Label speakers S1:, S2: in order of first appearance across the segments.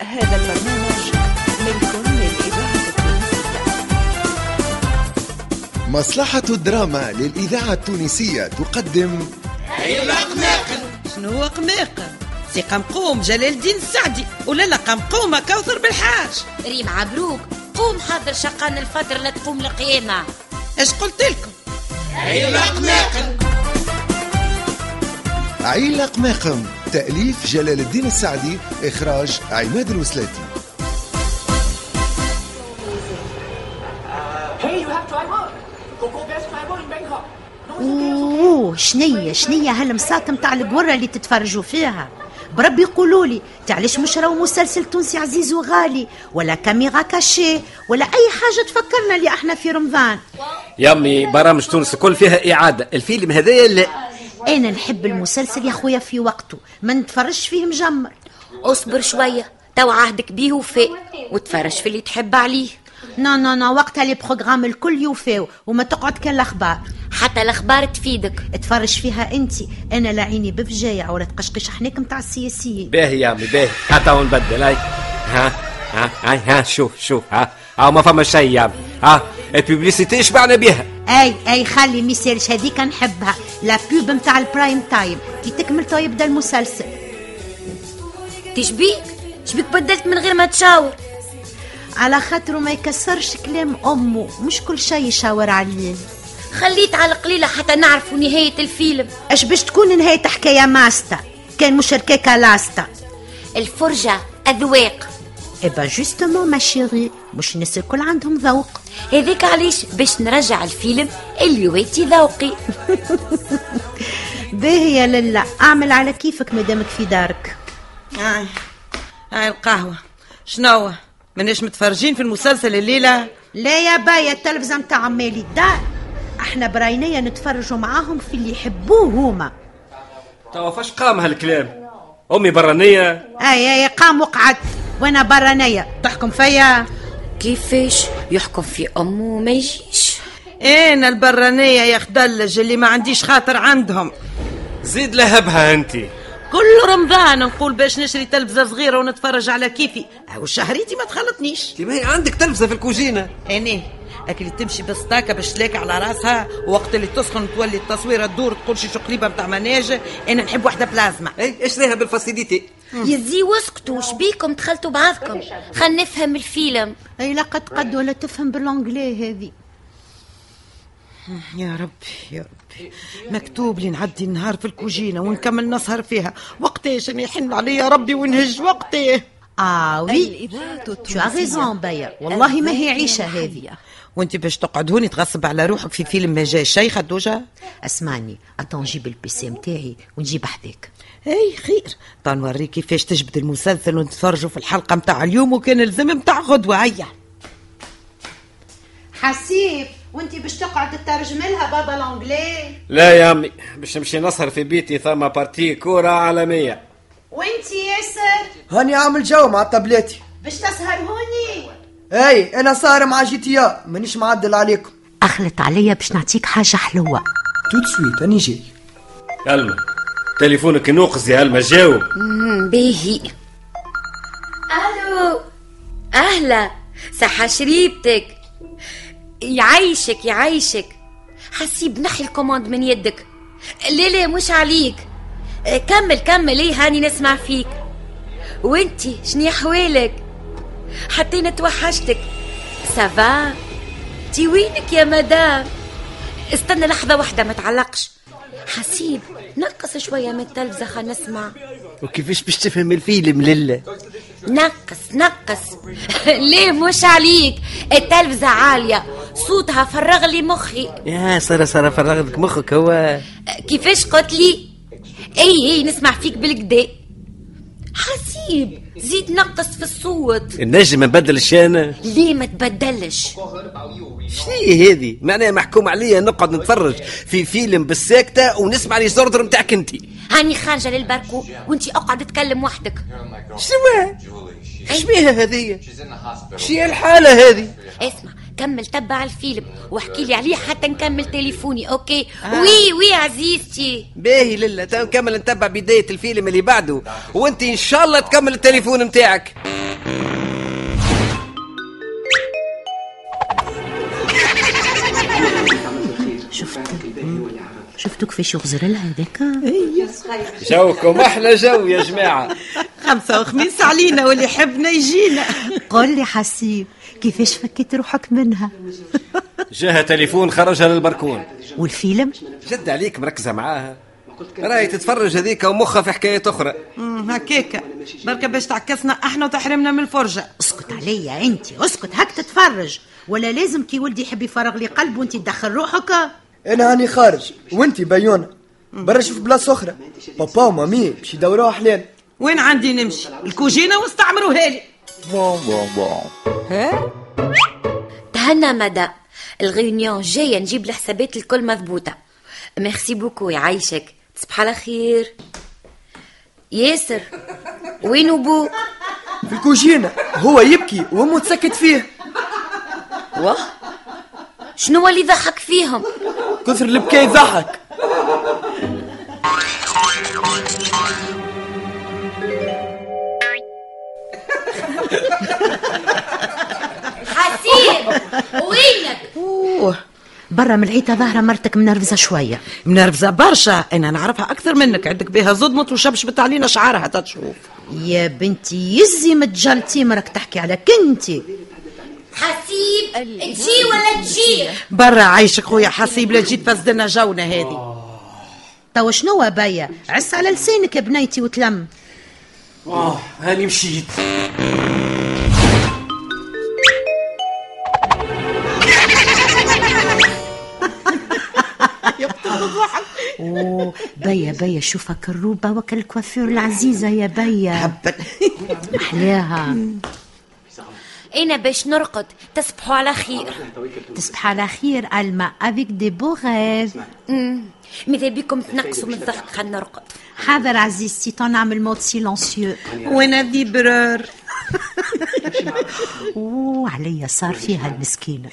S1: هذا البرنامج ملك من إذاعة تونس
S2: مصلحة الدراما للإذاعة التونسية تقدم
S3: شنو هو قماقة؟ سي قمقوم جلال الدين السعدي ولا لا قمقومة كوثر بالحاج
S4: ريم عبروك قوم حضر شقان الفطر لا تقوم القيامة
S3: اش قلت لكم؟
S2: عيلق ماقم تأليف جلال الدين السعدي إخراج عماد الوسلاتي
S5: Hey, you have Tribal. Go go best Tribal in Bangkok. No, it's okay.
S6: اوه شنية شنية هالمساط متاع القورة اللي تتفرجوا فيها بربي يقولوا لي علاش مش راهو مسلسل تونسي عزيز وغالي ولا كاميرا كاشي ولا اي حاجه تفكرنا اللي احنا في رمضان
S7: يامي برامج تونس الكل فيها إعادة الفيلم هذايا لا
S6: انا نحب المسلسل يا خويا في وقته ما نتفرجش فيه مجمر
S4: اصبر شوية تو عهدك بيه وفاء وتفرج في اللي تحب عليه
S6: نا نا نا وقتها لي بروغرام الكل يوفاو وما تقعد كالاخبار
S4: حتى الاخبار تفيدك
S6: تفرج فيها انت انا لا عيني بفجايع ولا تقشقش حناك متاع السياسيين
S7: باهي يامي باهي حتى ونبدل هاي ها ها هاي ها شوف شوف ها ها ما فما شيء يامي ها الببليسيتي شبعنا بها
S6: اي اي خلي ميسيرش هذيك نحبها لا بوب نتاع البرايم تايم كي تكمل تو يبدا طيب المسلسل
S4: تشبيك شبيك بدلت من غير ما تشاور
S6: على خاطره ما يكسرش كلام امه مش كل شيء يشاور عليه
S4: خليت على قليلة حتى نعرفوا نهاية الفيلم
S6: اش باش تكون نهايه حكايه ماستا كان مش ركاكه لاستا
S4: الفرجة أذواق
S6: ايبا جوستومون ما شيري مش الناس الكل عندهم ذوق
S4: هذيك علاش باش نرجع الفيلم اللي يواتي ذوقي
S6: باهي يا للا اعمل على كيفك مادامك في دارك
S3: هاي هاي القهوة شنو ماناش متفرجين في المسلسل الليلة
S6: لا يا بايا التلفزه متاع عمالي الدار احنا براينيا نتفرجوا معاهم في اللي يحبوه هما
S7: توا فاش قام هالكلام أمي برانية
S6: اي اي آه، قام وقعد وانا برانية تحكم فيا
S4: كيفاش يحكم في أمه وما يجيش
S3: انا البرانية يا خدلج اللي ما عنديش خاطر عندهم
S7: زيد لهبها أنت
S3: كل رمضان نقول باش نشري تلفزة صغيرة ونتفرج على كيفي أو شهريتي ما تخلطنيش
S7: كيما هي عندك تلفزة في الكوجينة
S3: أنا اللي تمشي بالستاكة باش تلاك على راسها وقت اللي تسخن تولي التصويرة تدور تقول شي شقريبة متاع مناجة أنا نحب واحدة بلازما
S7: أي إيه، إيش لها بالفاسيليتي
S4: يزي واسكتوا شبيكم دخلتوا بعضكم خلينا نفهم الفيلم
S6: اي لقد قد ولا تفهم بالانجلي هذه
S3: يا ربي يا ربي مكتوب لي نعدي النهار في الكوجينة ونكمل نسهر فيها وقتاش أنا يحن عليا ربي ونهج وقتي
S6: اه وي
S1: الإذاعة
S6: تو غيزون بايا والله ما هي عيشه هذه
S3: وانت باش تقعد هوني تغصب على روحك في فيلم ما جاي شي خدوجة
S6: اسمعني اتون نجيب البيسي متاعي ونجيب حذاك
S3: اي خير تنوريك كيفاش تجبد المسلسل ونتفرجوا في الحلقة متاع اليوم وكان الزم متاع غدوة هيا
S6: حسيب وانت باش تقعد تترجم لها بابا الانجلي
S7: لا يامي باش نمشي نسهر في بيتي ثم بارتي كورة عالمية
S6: وانت ياسر
S8: هاني عامل جو مع الطبلاتي
S6: باش تسهر هوني
S8: اي انا سهر مع جي تي آ، مانيش معدل عليكم
S6: اخلط عليا باش نعطيك حاجه حلوه
S8: توت سويت هاني جاي
S7: هلما تليفونك نوقز يا هلما جاوب
S4: مم، باهي الو اهلا صحة شريبتك يعيشك يعيشك حسيب نحي الكوموند من يدك لا لا مش عليك آه، كمل كمل ايه هاني نسمع فيك وانتي شني احوالك حتى أنا توحشتك سافا تي وينك يا مدام استنى لحظة واحدة ما تعلقش حسيب نقص شوية من التلفزة خلينا نسمع
S9: وكيفاش باش تفهم الفيلم لله
S4: نقص نقص ليه مش عليك التلفزة عالية صوتها فرغ لي مخي
S9: يا سارة سارة فرغتك مخك هو
S4: كيفاش قلت لي اي اي نسمع فيك بالكدا حسيب زيد نقص في الصوت
S7: النجم نبدل الشانة
S4: ليه ما تبدلش
S9: شنو هذه معناها محكوم عليا نقعد نتفرج في فيلم بالساكتة ونسمع لي زردر متاعك انت
S4: هاني خارجة للبركو وانتي اقعد تكلم وحدك
S9: شنو شبيها هذه شنو الحالة هذه
S4: اسمع كمل تبع الفيلم واحكي لي عليه حتى نكمل تليفوني اوكي وي وي عزيزتي
S9: باهي لله تو نكمل نتبع بداية الفيلم اللي بعده وانت ان شاء الله تكمل التليفون متاعك
S6: شفتوا كيفاش يغزر لها هذاك
S7: جوكم احلى جو يا جماعه
S3: خمسة وخميس علينا واللي يحبنا يجينا
S6: قل لي حسيب كيفاش فكيت روحك منها
S7: جاها تليفون خرجها للبركون
S6: والفيلم
S7: جد عليك مركزه معاها راهي تتفرج هذيك ومخها في حكايه اخرى
S3: أمم، هكاكا بركة باش تعكسنا احنا وتحرمنا من الفرجة
S6: اسكت عليا انت اسكت هك تتفرج ولا لازم كي ولدي يحب يفرغ لي قلبه وانت تدخل روحك
S8: انا هاني خارج وانتي بيونة برا شوف بلاصه اخرى بابا ومامي باش يدوروا حلال
S3: وين عندي نمشي الكوجينة واستعمروها لي
S4: تهنى مدى الغيونيون جاية نجيب الحسابات الكل مضبوطة ميرسي بوكو يعيشك تصبح على خير ياسر وين بو
S8: في الكوجينه هو يبكي وامه تسكت فيه
S4: واه شنو اللي ضحك فيهم
S8: كثر البكاء يضحك
S4: حسين وينك
S6: برا من العيطه ظاهره مرتك منرفزه شويه
S3: منرفزة برشا أنا نعرفها أكثر منك عندك بها صدمت وشبشبت علينا شعرها تتشوف
S6: يا بنتي يزي متجلتي مرك تحكي على كنتي
S4: حسيب تجي ولا تجي
S3: برا عايشك خويا حسيب لا جيت فزدنا جونا هذه
S6: آه. توا شنو بيا عس على لسانك يا بنيتي وتلم
S7: اه هاني مشيت
S6: اوه بيا بيا شوفها كالروبه وكالكوافير العزيزه يا بيا محلاها
S4: انا باش نرقد تصبحوا على خير
S6: تصبح على خير الما افيك دي بو غيف
S4: ماذا بيكم تنقصوا من الضحك خلينا نرقد
S6: حاضر عزيزتي تنعمل مود سيلونسيو
S3: وين ذي برار
S6: اوه عليا صار فيها المسكينه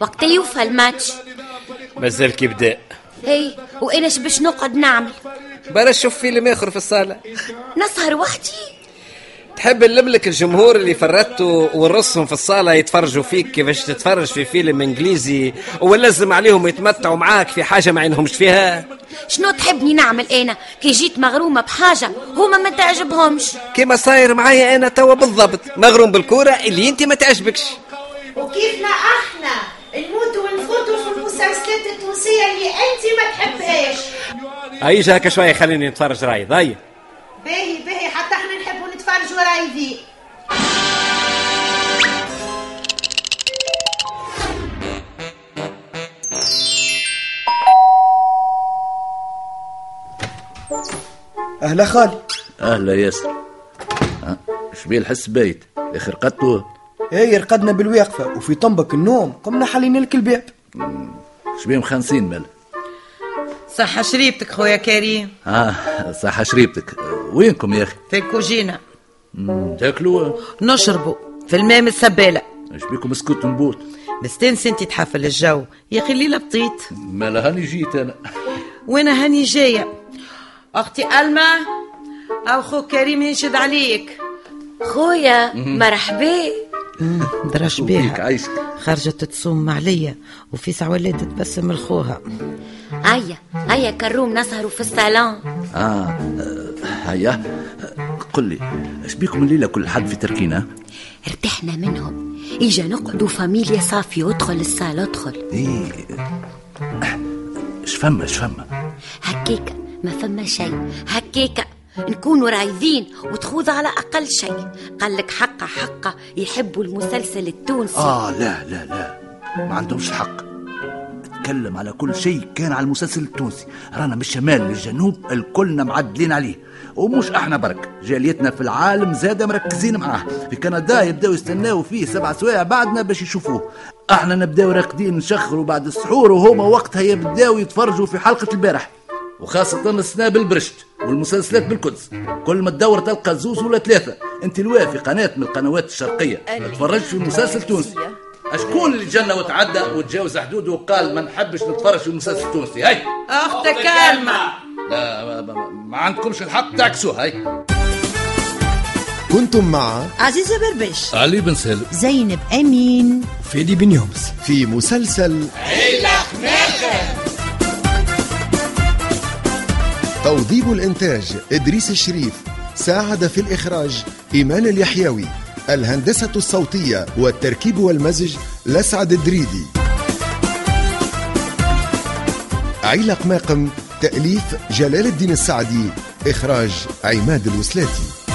S4: وقت يوفى الماتش
S7: مازال كي بدا
S4: هي وانا اش باش نقعد نعمل
S9: برا شوف فيلم اخر في الصاله
S4: نسهر وحدي
S9: تحب نلملك الجمهور اللي فردته ونرصهم في الصاله يتفرجوا فيك كيفاش تتفرج في فيلم انجليزي ولازم عليهم يتمتعوا معاك في حاجه ما عينهمش فيها
S4: شنو تحبني نعمل انا كي جيت مغرومه بحاجه هما ما تعجبهمش
S9: كما صاير معايا انا توا بالضبط مغروم بالكوره اللي انت ما تعجبكش
S6: وكيفنا احنا نموت ونفوتوا في المسلسلات التونسيه اللي انت ما تحبهاش
S7: ايجا هكا شويه خليني نتفرج راي ضي
S6: باهي باهي حتى احنا نحبوا نتفرجوا رايدي
S8: اهلا خالي
S10: اهلا ياسر أه، شبيه حس بايت اخر قطو
S8: هي رقدنا بالواقفه إيه، وفي طنبك النوم قمنا حلينا لك الباب
S10: شبيه مخنسين مال
S3: صحة شريبتك خويا كريم
S10: اه صح شريبتك وينكم يا اخي
S3: في الكوجينة
S10: مم، تاكلوا
S3: نشربوا في الماء من السبالة
S10: شبيكم مسكوت نبوت
S3: بس تنسى انت تحفل الجو يا اخي الليلة بطيت
S10: مالا هاني جيت انا
S3: وانا هاني جاية اختي ألما او خوك كريم ينشد عليك
S4: خويا مرحبا
S3: درش
S10: وفيك
S3: بيها
S10: عايشك
S3: خرجت تصوم عليا وفي ساعة ولات تبسم لخوها
S4: هيا هيا كروم نسهروا في الصالون
S10: اه, آه. هيا آه، قل لي شبيكم الليله كل حد في تركينا
S4: ارتحنا منهم اجا نقعدوا فاميليا صافي ادخل الصاله ادخل
S10: ايه آه، شفما شفما
S4: هكيك ما فما شيء هكيك نكونوا رايدين وتخوض على اقل شيء قال لك حقه حقه يحبوا المسلسل التونسي
S10: اه لا لا لا ما عندهمش حق اتكلم على كل شيء كان على المسلسل التونسي رانا من الشمال للجنوب الكلنا معدلين عليه ومش احنا برك جاليتنا في العالم زادة مركزين معاه في كندا يبداو يستناو فيه سبع سوايع بعدنا باش يشوفوه احنا نبداو راقدين نشخروا بعد السحور وهما وقتها يبداو يتفرجوا في حلقة البارح وخاصة السنا بالبرشت والمسلسلات بالقدس كل ما تدور تلقى زوز ولا ثلاثة انت الوافي قناة من القنوات الشرقية ما تفرجش في مسلسل تونسي شكون اللي جنى وتعدى وتجاوز حدوده وقال ما نحبش نتفرج في مسلسل تونسي هاي
S3: أخت كلمة
S10: لا ما- ما- ما عندكمش الحق تعكسوا هاي
S2: كنتم مع
S6: عزيزة بربش
S10: علي بن سهل
S6: زينب أمين
S2: فيدي بن يومس في مسلسل توظيب الإنتاج إدريس الشريف ساعد في الإخراج إيمان اليحيوي الهندسة الصوتية والتركيب والمزج لسعد الدريدي عيلق ماقم تأليف جلال الدين السعدي إخراج عماد الوسلاتي